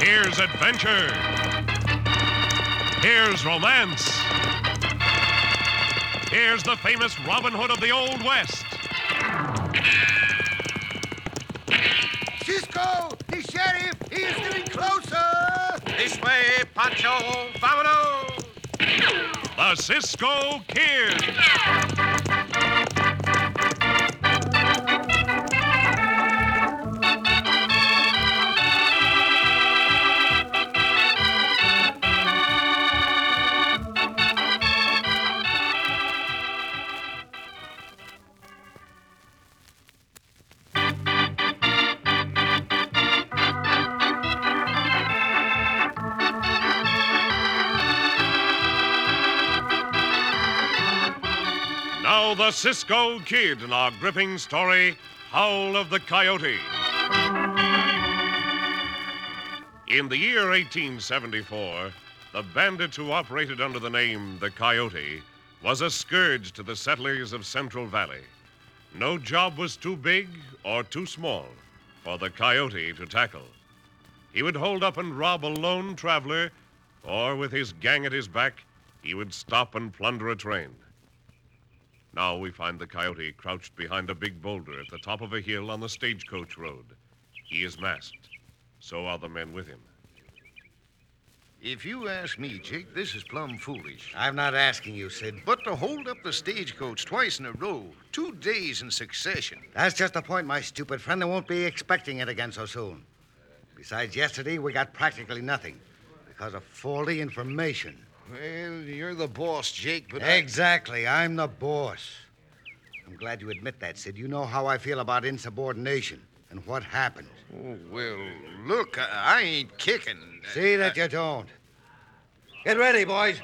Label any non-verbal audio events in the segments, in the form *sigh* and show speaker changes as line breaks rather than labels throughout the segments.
Here's adventure. Here's romance. Here's the famous Robin Hood of the Old West.
Cisco, the sheriff, he is getting closer.
This way, Pancho. Vámonos.
The Cisco Kid. Now the Cisco Kid in our gripping story, Howl of the Coyote. In the year 1874, the bandit who operated under the name the Coyote was a scourge to the settlers of Central Valley. No job was too big or too small for the Coyote to tackle. He would hold up and rob a lone traveler, or with his gang at his back, he would stop and plunder a train. Now we find the coyote crouched behind a big boulder at the top of a hill on the stagecoach road. He is masked. So are the men with him.
If you ask me, Jake, this is plumb foolish.
I'm not asking you, Sid.
But to hold up the stagecoach twice in a row, two days in succession.
That's just the point, my stupid friend. They won't be expecting it again so soon. Besides, yesterday we got practically nothing because of faulty information.
Well, you're the boss, Jake, but I-
Exactly. I'm the boss. I'm glad you admit that, Sid. You know how I feel about insubordination and what happened.
Oh, well, look, I, I ain't kicking. Uh,
See that you don't. Get ready, boys.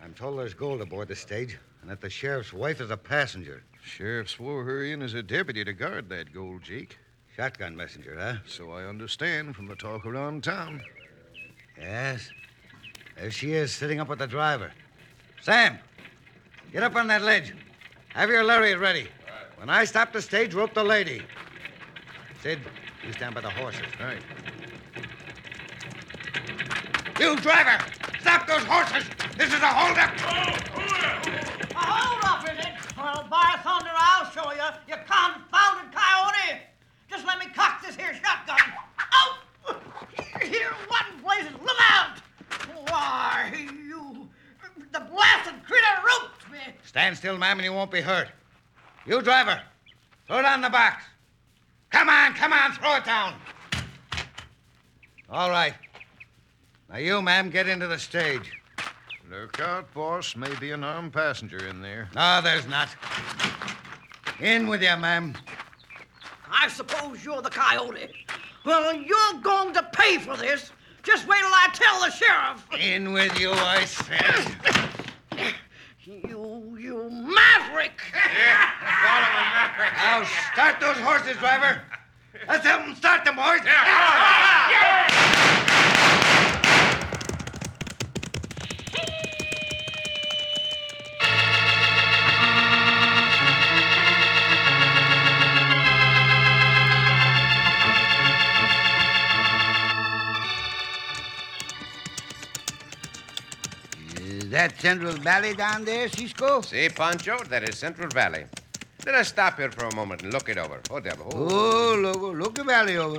I'm told there's gold aboard the stage and that the sheriff's wife is a passenger.
Sheriff swore her in as a deputy to guard that gold, Jake.
Shotgun messenger, huh?
So I understand from the talk around town.
Yes. There she is, sitting up with the driver. Sam, get up on that ledge. Have your lariat ready. When I stop the stage, rope the lady. Sid, you stand by the horses.
Right.
You driver, stop those horses! This is a holdup!
Uh, Hold up, is it? Well, by thunder, I'll show you, you confounded coyote! Just let me cock this here shotgun. Out! Here, what in blazes? Look out! Why, you... The blasted critter roped me!
Stand still, ma'am, and you won't be hurt. You driver, throw down the box. Come on, come on, throw it down. All right. Now you, ma'am, get into the stage.
Look out, boss. May be an armed passenger in there.
No, Ah, there's not. In with you, ma'am.
I suppose you're the coyote. Well, you're going to pay for this. Just wait till I tell the sheriff.
In with you, I said.
You, you maverick!
Now start those horses, driver. Let's help them start them, boys.
Is that Central Valley down there, Cisco?
See, Pancho, that is Central Valley. Let us stop here for a moment and look it over. Oh, devil. Oh.
Oh, look, look the valley over.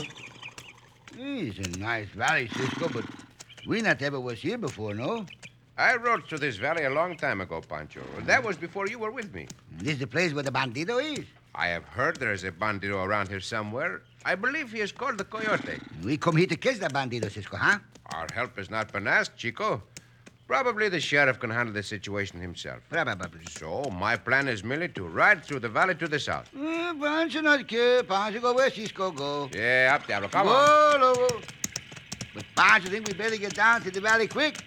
Hey, It's a nice valley, Cisco, but we not ever was here before, no?
I rode through this valley a long time ago, Pancho. That was before you were with me.
This is the place where the bandito is.
I have heard there is a bandito around here somewhere. I believe he is called the Coyote.
We come here to catch the bandito, Cisco, huh?
Our help has not been asked, Chico. Probably the sheriff can handle the situation himself.
Probably.
So, my plan is merely to ride through the valley to the south.
Uh, Pancho not care. Pancho go where Cisco go.
Yeah, up, Diablo. Come on.
whoa, on. Whoa, whoa. But Pancho think we better get down to the valley quick.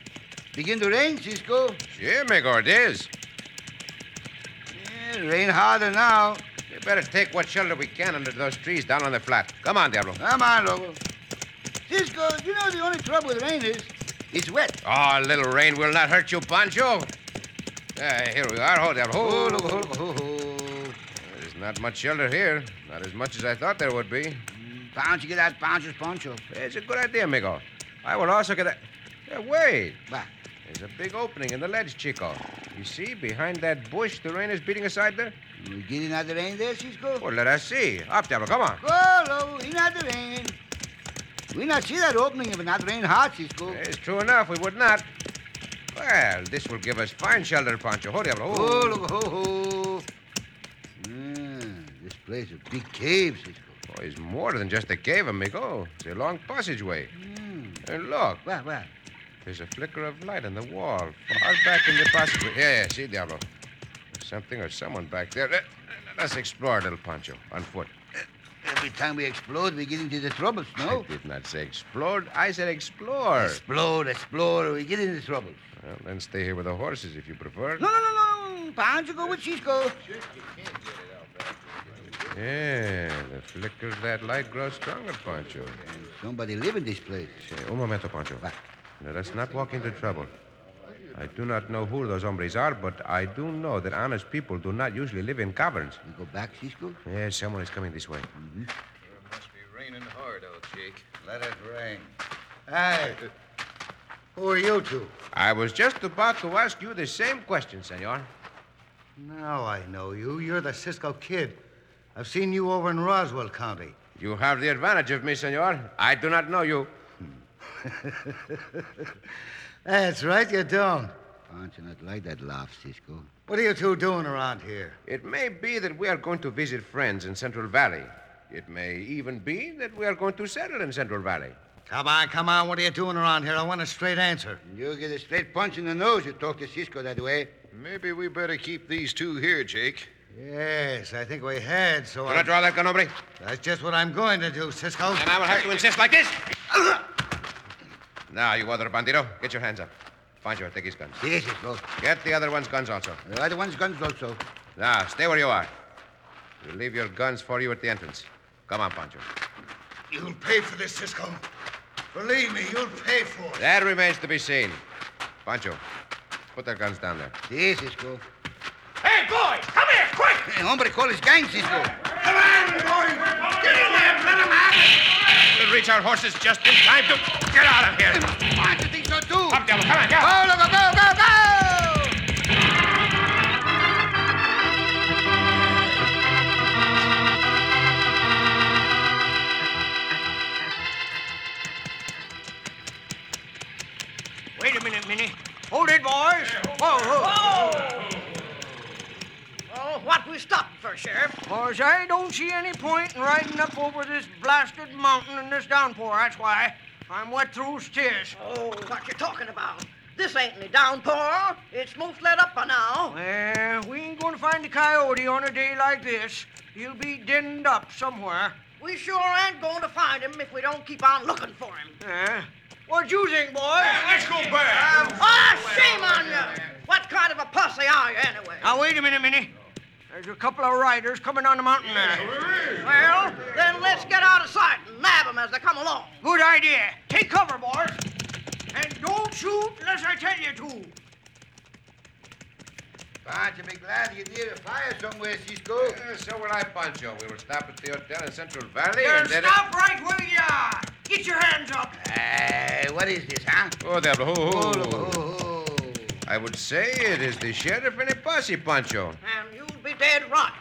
Begin to rain, Cisco.
Yeah, Mego, it is.
Yeah, Eh, rain harder now.
We better take what shelter we can under those trees down on the flat. Come on, Diablo.
Come on, Lobo. Cisco, you know the only trouble with rain is it's wet.
Oh, a little rain will not hurt you, Pancho. Uh, here we are. Hold on.
Oh,
Hold
Lobo,
on.
Lobo, ho, ho.
There's not much shelter here. Not as much as I thought there would be.
Bounce, you get that bouncer's poncho.
It's a good idea, amigo. I will also get a. Yeah, wait.
What?
There's a big opening in the ledge, Chico. You see, behind that bush, the rain is beating aside there.
We getting out the rain there, Cisco?
Well, let us see. Up, Diablo, come on.
Go low, in out the rain. We not see that opening if it not rain hard, Cisco.
It's true enough. We would not. Well, this will give us fine shelter, Pancho. Hold, Diablo.
Oh, look, ho, ho. Mm, this place a big cave, Cisco.
Oh, it's more than just a cave, amigo. It's a long passageway.
Mm.
And look,
Well, well.
there's a flicker of light on the wall, far back in the passageway. Yeah, yeah, see, Diablo. There's something or someone back there. Let- Let's explore, little Pancho, on foot.
Every time we explode, we get into the troubles,
I
no?
did not say explode. I said explore.
Explode, explode, we get into troubles.
Well, then stay here with the horses if you prefer.
No, no, no, no. Pounds you go with Cisco.
Yeah, the flicker of that light grows stronger, Pancho.
Somebody live in this place.
Say, un momento, Pancho. Let us not walk into trouble. I do not know who those hombres are, but I do know that honest people do not usually live in caverns. Mm-hmm.
We go back, Cisco?
Yeah, someone is coming this way.
Must be raining hard out, Jake.
Let it rain. Hey, who are you two?
I was just about to ask you the same question, senor.
Now I know you. You're the Cisco kid. I've seen you over in Roswell County.
You have the advantage of me, senor. I do not know you.
That's right, you don't.
Pounds you not like that laugh, Cisco.
What are you two doing around here?
It may be that we are going to visit friends in Central Valley. It may even be that we are going to settle in Central Valley.
Come on, come on. What are you doing around here? I want a straight answer.
You get a straight punch in the nose, you talk to Cisco that way.
Maybe we better keep these two here, Jake.
Yes, I think we had, so
Gonna
I...
draw that gun, hombre?
That's just what I'm going to do, Cisco.
And I will have to insist like this. now, you other bandito, get your hands up. Pancho, take his guns.
Yes, Cisco.
Get the other one's guns also.
The other one's guns also.
Now, stay where you are. We'll leave your guns for you at the entrance. Come on, Pancho.
You'll pay for this, Cisco. Believe me, you'll pay for it.
That remains to be seen. Pancho, put their guns down there.
Yes, Cisco.
Hey, boys, come here, quick!
Hey, hombre, call his gang, Cisco.
We'll reach our horses just in time to get out of here.
Pounds you think so too.
Up, devil, come on, go!
Go, loco, go, go, go!
Wait a minute, Minnie. Hold it, boys. Whoa,
Oh! Well, what we stopped for, Sheriff?
whoa. Boys, I don't see any point in riding up over this blasted mountain in this downpour. That's why I'm wet through stairs.
Oh, what you talking about? This ain't any downpour. It's most let up by now.
Well, we ain't gonna find a coyote on a day like this. He'll be denned up somewhere.
We sure ain't going to find him if we don't keep on looking for him.
Eh? What'd you think, boys? let's go
Ah, shame on you! What kind of a posse are you, anyway?
Now, wait a minute, Minnie. There's a couple of riders coming on the mountain there.
Well, then let's get out of sight and nab 'em as they come along.
Good idea. Take cover, boys. And don't shoot unless I tell you to.
Pounds, you be glad you're near a fire somewhere, Cisco.
Uh, so will I, Pancho. We will stop at the hotel in Central Valley
Then
and then.
stop right where you are. Get your hands up.
Hey, what is this, huh?
Oh, there. Ho, ho,
Oh,
ho.
loco, ho, ho.
I would say it is the sheriff and a posse, Pancho.
And you'll be dead right.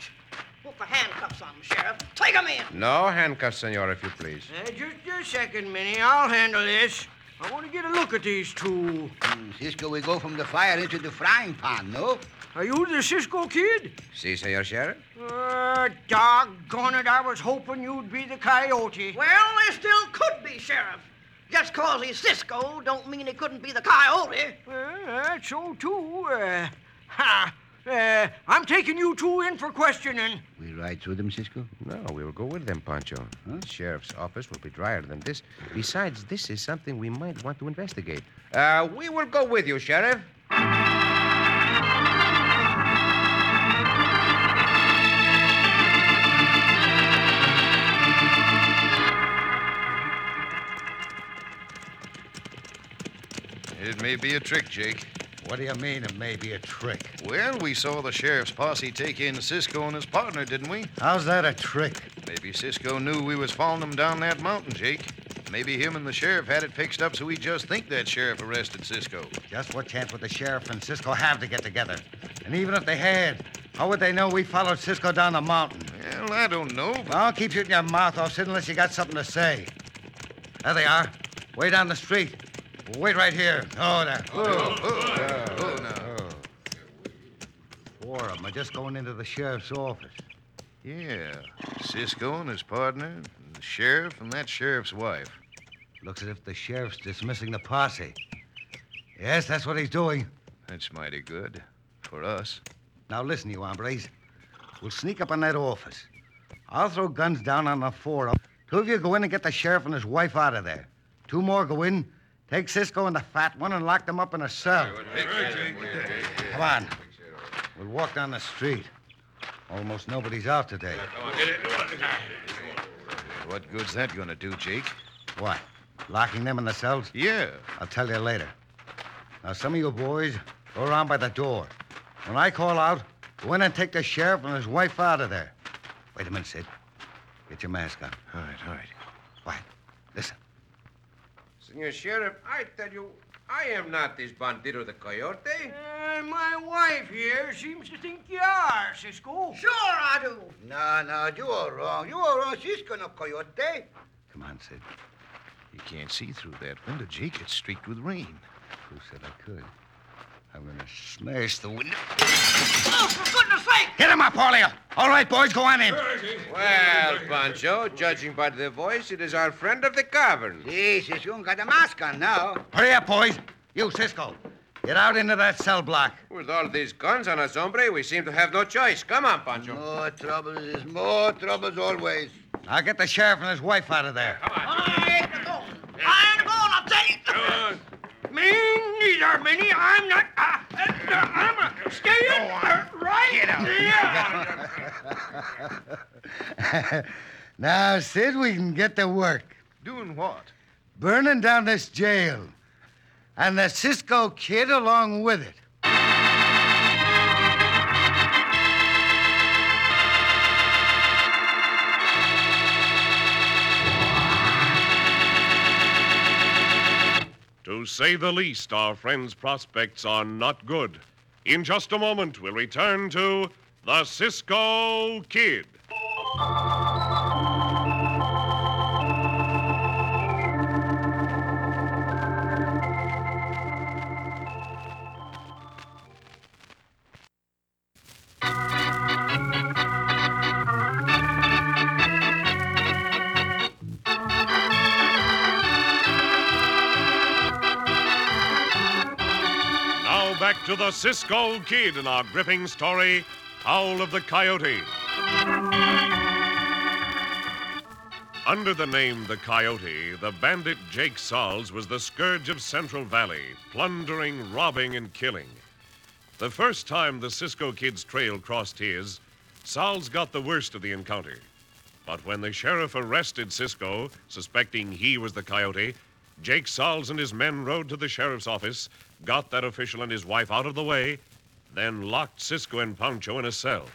Put the handcuffs on 'em, Sheriff. Take 'em in.
No handcuffs, senor, if you please.
Uh, just a second, Minnie. I'll handle this. I want to get a look at these two.
Mm, Cisco, we go from the fire into the frying pan, no?
Are you the Cisco kid?
See, senor sheriff?
Uh, doggone it, I was hoping you'd be the coyote.
Well, they still could be, Sheriff. Just 'cause he's Cisco don't mean he couldn't be the coyote.
Well, Uh, that's so, too. Uh, ha. Uh, I'm taking you two in for questioning.
We ride through them, Cisco.
No, we will go with them, Pancho. The sheriff's office will be drier than this. Besides, this is something we might want to investigate. Uh, we will go with you, sheriff.
It may be a trick, Jake.
What do you mean it may be a trick?
Well, we saw the sheriff's posse take in Cisco and his partner, didn't we?
How's that a trick?
Maybe Cisco knew we was following them down that mountain, Jake. Maybe him and the sheriff had it fixed up so we just think that sheriff arrested Cisco.
Just what chance would the sheriff and Cisco have to get together? And even if they had, how would they know we followed Cisco down the mountain?
Well, I don't know. but-
Well, keep shooting your mouth off, Sid, unless you got something to say. There they are, way down the street. Wait right here. Oh, there.
Oh, oh, oh, no.
Four of them are just going into the sheriff's office.
Yeah. Cisco and his partner, and the sheriff, and that sheriff's wife.
Looks as if the sheriff's dismissing the posse. Yes, that's what he's doing.
That's mighty good. For us.
Now listen, you hombres. We'll sneak up on that office. I'll throw guns down on the four of 'em. Two of you go in and get the sheriff and his wife out of there. Two more go in, take Cisco and the fat one and lock them up in a cell. Come on. We'll walk down the street. Almost nobody's out today.
What good's that gonna do, Jake?
What? Locking them in the cells?
Yeah.
I'll tell you later. Now, some of you boys go around by the door. When I call out, go in and take the sheriff and his wife out of there. Wait a minute, Sid. Get your mask on.
All right, all right.
Why? Listen.
Senor Sheriff, I tell you, I am not this bandito the coyote. Uh,
And my wife here seems to think you are, Cisco.
Sure I do.
No, no, you are wrong. You are wrong. She's gonna coyote.
Come on, Sid.
You can't see through that window, Jake. It's streaked with rain.
Who said I could? I'm going to smash the window.
Oh, for goodness sake!
Get him up, all of you. All right, boys, go on in.
Well, Pancho, judging by the voice, it is our friend of the cavern.
Yes, she's gonna got a mask on now.
Hurry up, boys. You, Cisco. Get out into that cell block.
With all these guns on us, hombre, we seem to have no choice. Come on, Pancho.
More troubles is more troubles always.
Now get the sheriff and his wife out of there.
I ain't a going. I ain't a going, I'll tell you.
Uh, Me neither, Minnie. I'm not. Uh, I'm a staying uh, right Get out. *laughs* there.
now, Sid, we can get to work.
Doing what?
burning down this jail, and the Cisco kid along with it.
To say the least, our friend's prospects are not good. In just a moment, we'll return to the Cisco Kid. Now back to the Cisco Kid in our gripping story, Howl of the Coyote. Under the name the Coyote, the bandit Jake Salz was the scourge of Central Valley, plundering, robbing, and killing. The first time the Cisco Kid's trail crossed his, Salz got the worst of the encounter. But when the sheriff arrested Cisco, suspecting he was the coyote, Jake Salz and his men rode to the sheriff's office, got that official and his wife out of the way, then locked Cisco and Pancho in a cell.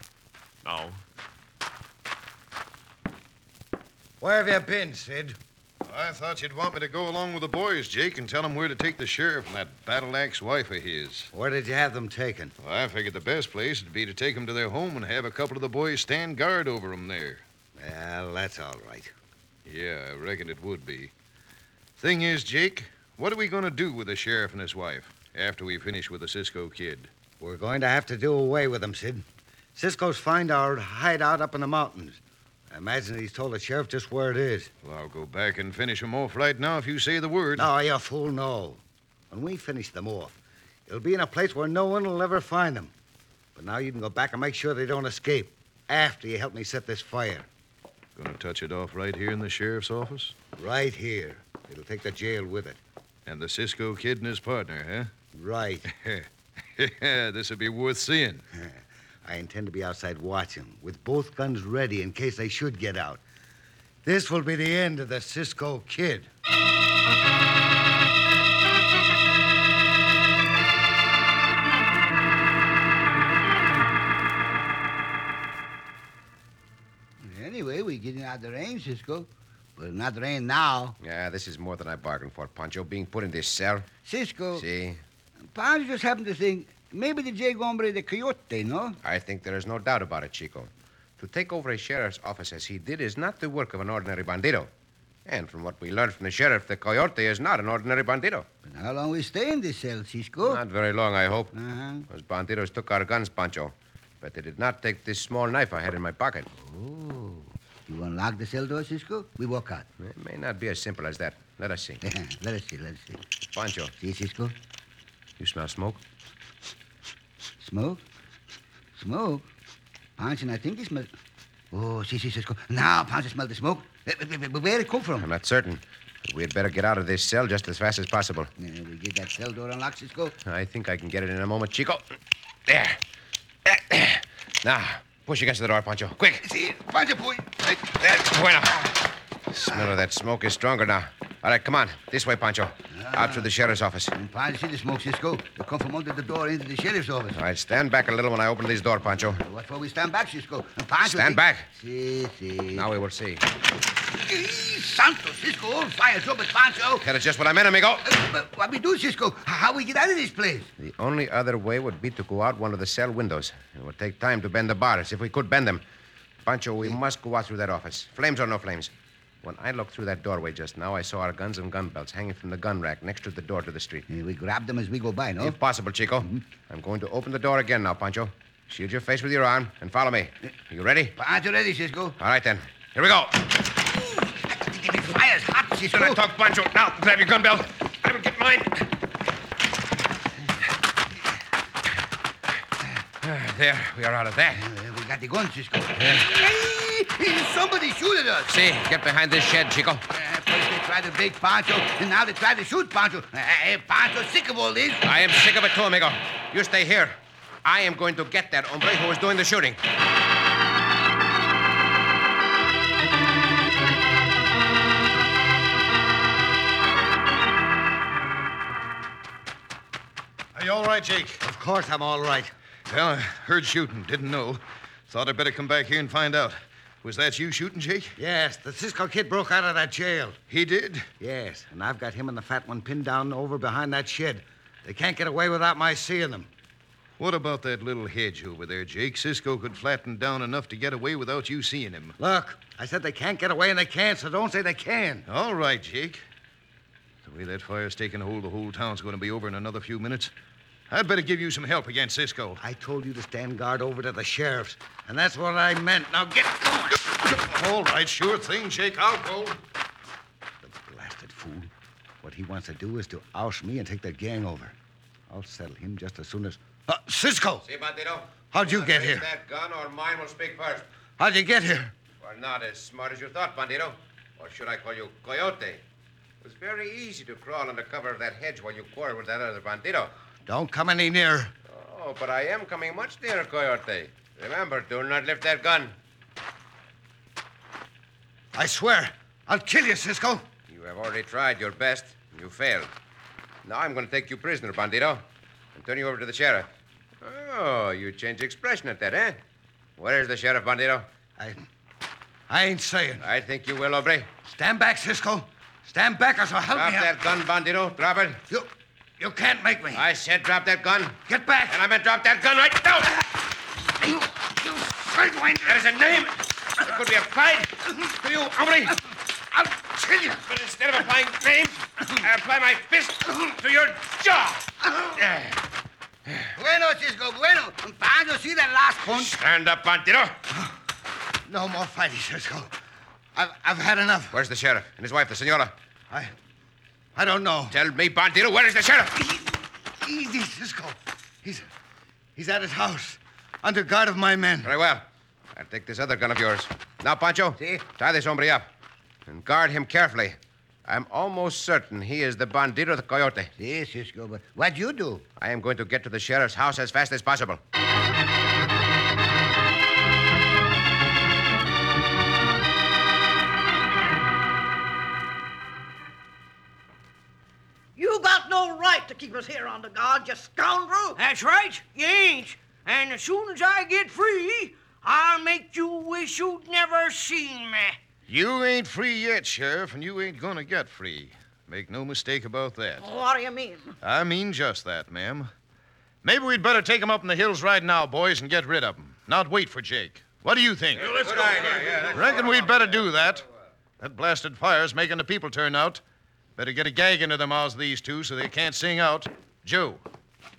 Now,
Where have you been, Sid?
I thought you'd want me to go along with the boys, Jake, and tell them where to take the sheriff and that battle axe wife of his.
Where did you have them taken?
Well, I figured the best place would be to take 'em to their home and have a couple of the boys stand guard over 'em there.
Well, that's all right.
Yeah, I reckon it would be. Thing is, Jake, what are we going to do with the sheriff and his wife after we finish with the Cisco kid?
We're going to have to do away with them, Sid. Cisco's find our hideout up in the mountains. I imagine he's told the sheriff just where it is.
Well, I'll go back and finish 'em off right now if you say the word.
No, you fool, no. When we finish them off, it'll be in a place where no one will ever find them. But now you can go back and make sure they don't escape after you help me set this fire.
Going to touch it off right here in the sheriff's office?
Right here. It'll take the jail with it.
And the Cisco kid and his partner,
Right.
huh? *laughs* This'll be worth seeing.
I intend to be outside watching, with both guns ready in case they should get out. This will be the end of the Cisco Kid.
Anyway, we're getting out of the rain, Cisco. But not rain now.
Yeah, this is more than I bargained for, Pancho. Being put in this cell.
Cisco,
See,
Poncho just happened to think maybe the Jay Gombre the coyote, no?
I think there is no doubt about it, Chico. To take over a sheriff's office as he did is not the work of an ordinary bandito. And from what we learned from the sheriff, the coyote is not an ordinary bandito.
But how long we stay in this cell, Cisco?
Not very long, I hope.
Uh-huh.
Those banditos took our guns, Pancho. But they did not take this small knife I had in my pocket.
Oh. You unlock the cell door, Cisco? We walk out. *laughs*
It may not be as simple as that. Let us see.
let us see, let us see.
Pancho,
See, Cisco?
you smell smoke?
Smoke? Smoke? Ponce and I think he smelled. Oh, see, see, Cisco. Now Ponce smelled the smoke. Eh, eh, eh, Where'd it come from?
I'm not certain. We had better get out of this cell just as fast as possible.
Eh, we get that cell door unlocked, Cisco.
I think I can get it in a moment, Chico. There. *clears throat* Eh, there. Now, push against the door, Pancho. Quick.
See, Ponce, point.
That's bueno. The smell of that smoke is stronger now. All right, come on. This way, Pancho. Out through the sheriff's office. All
And Ponce see the smoke, Cisco. It come from under the door into the sheriff's office.
right, stand back a little when I open this door, Pancho.
What for we stand back, Cisco? And Ponce
Stand back.
See, see.
Now we will see.
Santo, Cisco, all fire's over, Poncho.
That is just what I meant, amigo.
Eh, But what we do, Cisco? How we get out of this place?
The only other way would be to go out one of the cell windows. It would take time to bend the bars, if we could bend them. Pancho, we must go out through that office. Flames or no flames. When I looked through that doorway just now, I saw our guns and gun belts hanging from the gun rack next to the door to the street.
Eh, We grab them as we go by, no?
If possible, Chico. I'm going to open the door again now, Pancho. Shield your face with your arm and follow me. Are you ready?
Poncho ready, Cisco.
All right, then. Here we go.
The fire's hot, Cisco.
Should I talk, Pancho? Now, grab your gun belt. I will get mine. There, we are out of there.
Uh, we got the gun, Cisco. Hey, somebody shooted us.
See, get behind this shed, Chico.
Uh, first they tried to break Pancho, and now they tried to shoot Pancho. Uh, hey, Pancho's sick of all this.
I am sick of it too, amigo. You stay here. I am going to get that hombre who was doing the shooting.
Are you all right, Jake?
Of course I'm all right.
Well, I heard shooting. Didn't know. Thought I'd better come back here and find out. Was that you shooting, Jake?
Yes, the Cisco kid broke out of that jail.
He did?
Yes, and I've got him and the fat one pinned down over behind that shed. They can't get away without my seeing them.
What about that little hedge over there, Jake? Cisco could flatten down enough to get away without you seeing him.
Look, I said they can't get away and they can't, so don't say they can.
All right, Jake. The way that fire's taking hold, the whole town's going to be over in another few minutes. I'd better give you some help against Cisco.
I told you to stand guard over to the sheriff's, and that's what I meant. Now get going.
All right, sure thing, Jake. I'll go.
The blasted fool. What he wants to do is to oush me and take the gang over. I'll settle him just as soon as. Uh, Cisco!
See, Bandito?
How'd you
Now
get
raise
here?
That gun or mine will speak first.
How'd you get here?
Well, not as smart as you thought, Bandito. Or should I call you Coyote? It was very easy to crawl under cover of that hedge while you quarreled with that other Bandito.
Don't come any nearer.
Oh, but I am coming much nearer, Coyote. Remember, do not lift that gun.
I swear, I'll kill you, Cisco.
You have already tried your best. and You failed. Now I'm going to take you prisoner, Bandito, and turn you over to the sheriff. Oh, you change expression at that, eh? Where is the sheriff, Bandito?
I. I ain't saying.
I think you will, Obre.
Stand back, Cisco. Stand back, or so help
Drop
me. out.
that gun, Bandito. Drop it.
You. You can't make me.
I said drop that gun.
Get back.
And I'm going to drop that gun right now.
You. You sidewinder.
There is a name. It could be applied to you, Obre.
I'll kill you.
But instead of applying names, I apply my fist to your jaw. Eh,
Bueno, Cisco, bueno. Pancho, see that last one?
Stand up, Bandito.
No more fighting, Cisco. I've, I've had enough.
Where's the sheriff and his wife, the senora?
I. I don't know. E-,
Tell me, Bandito, where is the sheriff?
Easy, Cisco. He's he's at his house, under guard of my men.
Very well. I'll take this other gun of yours. Now, Pancho,
Si.
tie this hombre up and guard him carefully. I'm almost certain he is the bandito the coyote.
See, Cisco, but what you do?
I am going to get to the sheriff's house as fast as possible.
You got no right to keep us here under guard, you scoundrel.
That's right, you ain't. And as soon as I get free, I'll make you wish you'd never seen me.
You ain't free yet, Sheriff, and you ain't gonna get free. Make no mistake about that.
What do you mean?
I mean just that, ma'am. Maybe we'd better take 'em up in the hills right now, boys, and get rid of 'em. Not wait for Jake. What do you think?
Let's go.
Reckon we'd better do that. That blasted fire's making the people turn out. Better get a gag into the mouths of these two so they can't sing out. Joe,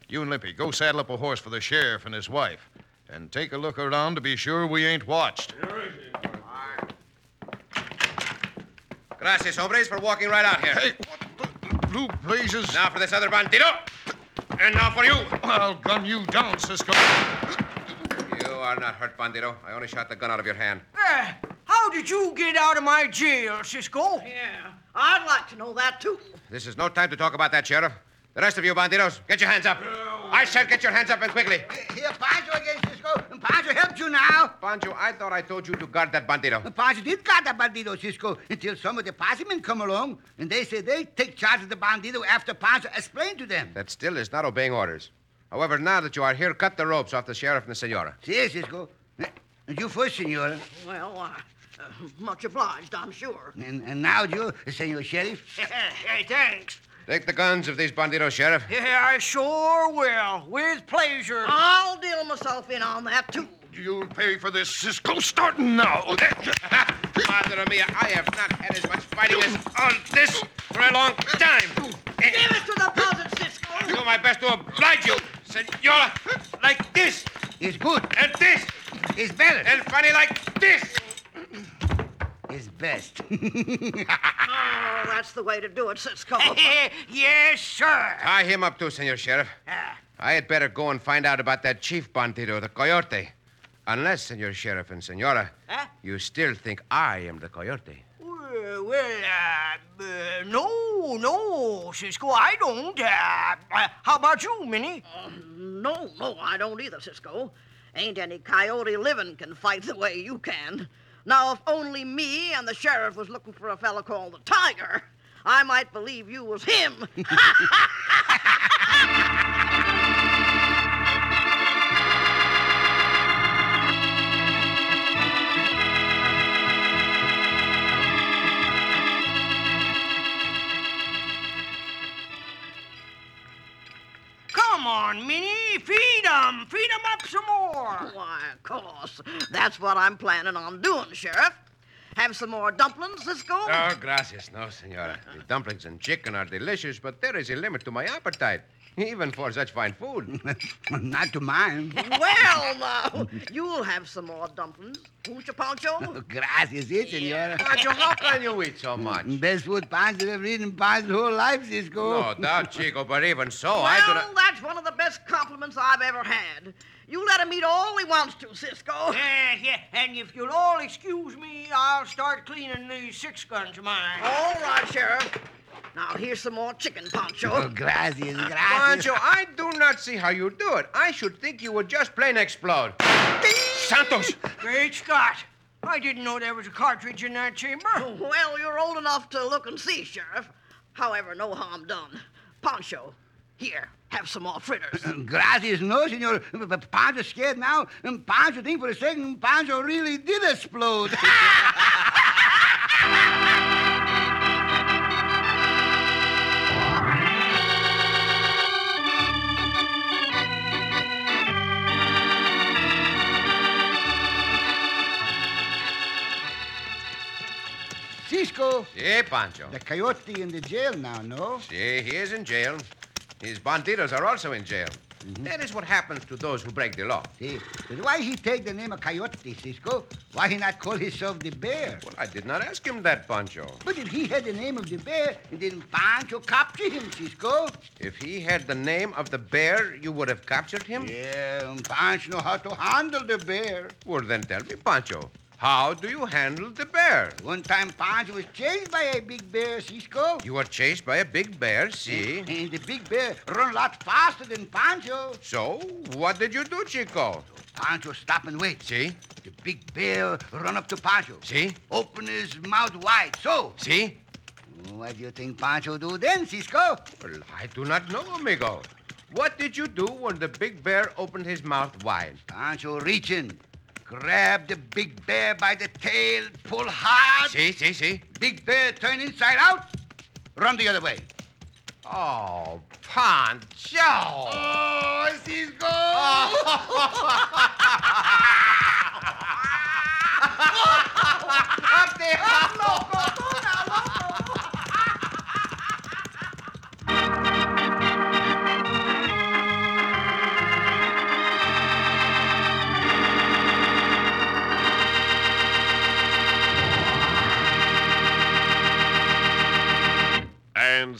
you and Lippy, go saddle up a horse for the sheriff and his wife. And take a look around to be sure we ain't watched.
Gracias, hombres, for walking right out here.
Hey, blue blazes.
Now for this other bandito. And now for you.
I'll gun you down, Cisco.
You are not hurt, bandito. I only shot the gun out of your hand.
Eh, how did you get out of my jail, Cisco?
Yeah, I'd like to know that too.
This is no time to talk about that, Sheriff. The rest of you banditos, get your hands up. I said get your hands up and quickly.
Here, Pancho against Cisco. And Pancho helped you now.
Pancho, I thought I told you to guard that bandito.
And Pancho did guard the bandito, Cisco, until some of the posse men come along. And they say they take charge of the bandito after Pancho explained to them.
That still is not obeying orders. However, now that you are here, cut the ropes off the sheriff and the senora.
See, Cisco. eh, And you first, senora.
Well, uh, uh, much obliged, I'm sure.
And, and now you, senor
*laughs*
sheriff.
hey, thanks.
Take the guns of these banditos, Sheriff.
Yeah, Eh, I sure will. With pleasure.
I'll deal myself in on that too.
You'll pay for this, Cisco, starting now.
*laughs* Madre mia, I have not had as much fighting as on this for a long time.
Give it to the buzzard, Cisco.
Do my best to oblige you, senora. Like this,
It's good.
and this,
It's better. *laughs*
and funny like this.
It's best.
Oh, that's the way to do it, Cisco.
*laughs* yes, sir.
Tie him up too, senor sheriff. I had better go and find out about that chief bandido, the coyote. Unless, senor sheriff and senora,
Huh?
you still think I am the coyote.
Well, well, uh, uh, no, no, Cisco, I don't. Uh, uh, how about you, Minnie?
No, no, I don't either, Cisco. Ain't any coyote living can fight the way you can. Now, if only me and the sheriff was looking for a fella called the Tiger, I might believe you was him.
Come on, Minnie, feed 'em, feed 'em up some more.
Why, of course. That's what I'm planning on doing, Sheriff. Have some more dumplings, Cisco?
Oh, gracias, no, senora. The dumplings and chicken are delicious, but there is a limit to my appetite, even for such fine food.
Not to mine.
well, now, you'll have some more dumplings, won't you, Pancho?
Gracias, eh, senora.
Pancho, how can you eat so much?
Best food Pancho ever eaten in Pancho's whole life,
No
Cisco.
doubt, Chico, but even so, I do
well,
not.
that's one of the best compliments I've ever had. You let him eat all he wants to, Cisco.
Yeah, Eh, yeah, and if you'll all excuse me, I'll start cleaning these six guns of mine.
All right, Sheriff. Now, here's some more chicken,
Oh,
Pancho.
gracias, gracias.
Pancho, I do not see how you do it. I should think you would just plain explode. Santos!
Great Scott. I didn't know there was a cartridge in that chamber.
well, you're old enough to look and see, Sheriff. However, no harm done. Pancho, here, have some more fritters.
Gracias, no, senor. But Pancho's scared now. And Pancho think for a second Pancho really did explode. *laughs* Cisco,
Yeah, Pancho.
the coyote in the jail now, no?
See, he is in jail. His banditos are also in jail. That is what happens to those who break the law.
See, but why he take the name of coyote, Cisco? Why he not call himself the bear?
Well, I did not ask him that, Pancho.
But if he had the name of the bear, then Pancho capture him, Cisco.
If he had the name of the bear, you would have captured him?
Yeah, and Pancho know how to handle the bear.
Well, then tell me, Pancho, how do you handle the bear?
One time Pancho was chased by a big bear, Cisco.
You were chased by a big bear, see?
And Eh, the big bear run a lot faster than Pancho.
So, what did you do, Chico?
Pancho stop and wait.
See?
The big bear run up to Pancho.
See?
Open his mouth wide, so.
See?
What do you think Pancho do then, Cisco?
Well, I do not know, amigo. What did you do when the big bear opened his mouth wide?
Pancho reaching. Grab the big bear by the tail, pull hard.
See, see, see.
Big bear turn inside out, run the other way.
Oh, Pancho! Oh, Cisco!
And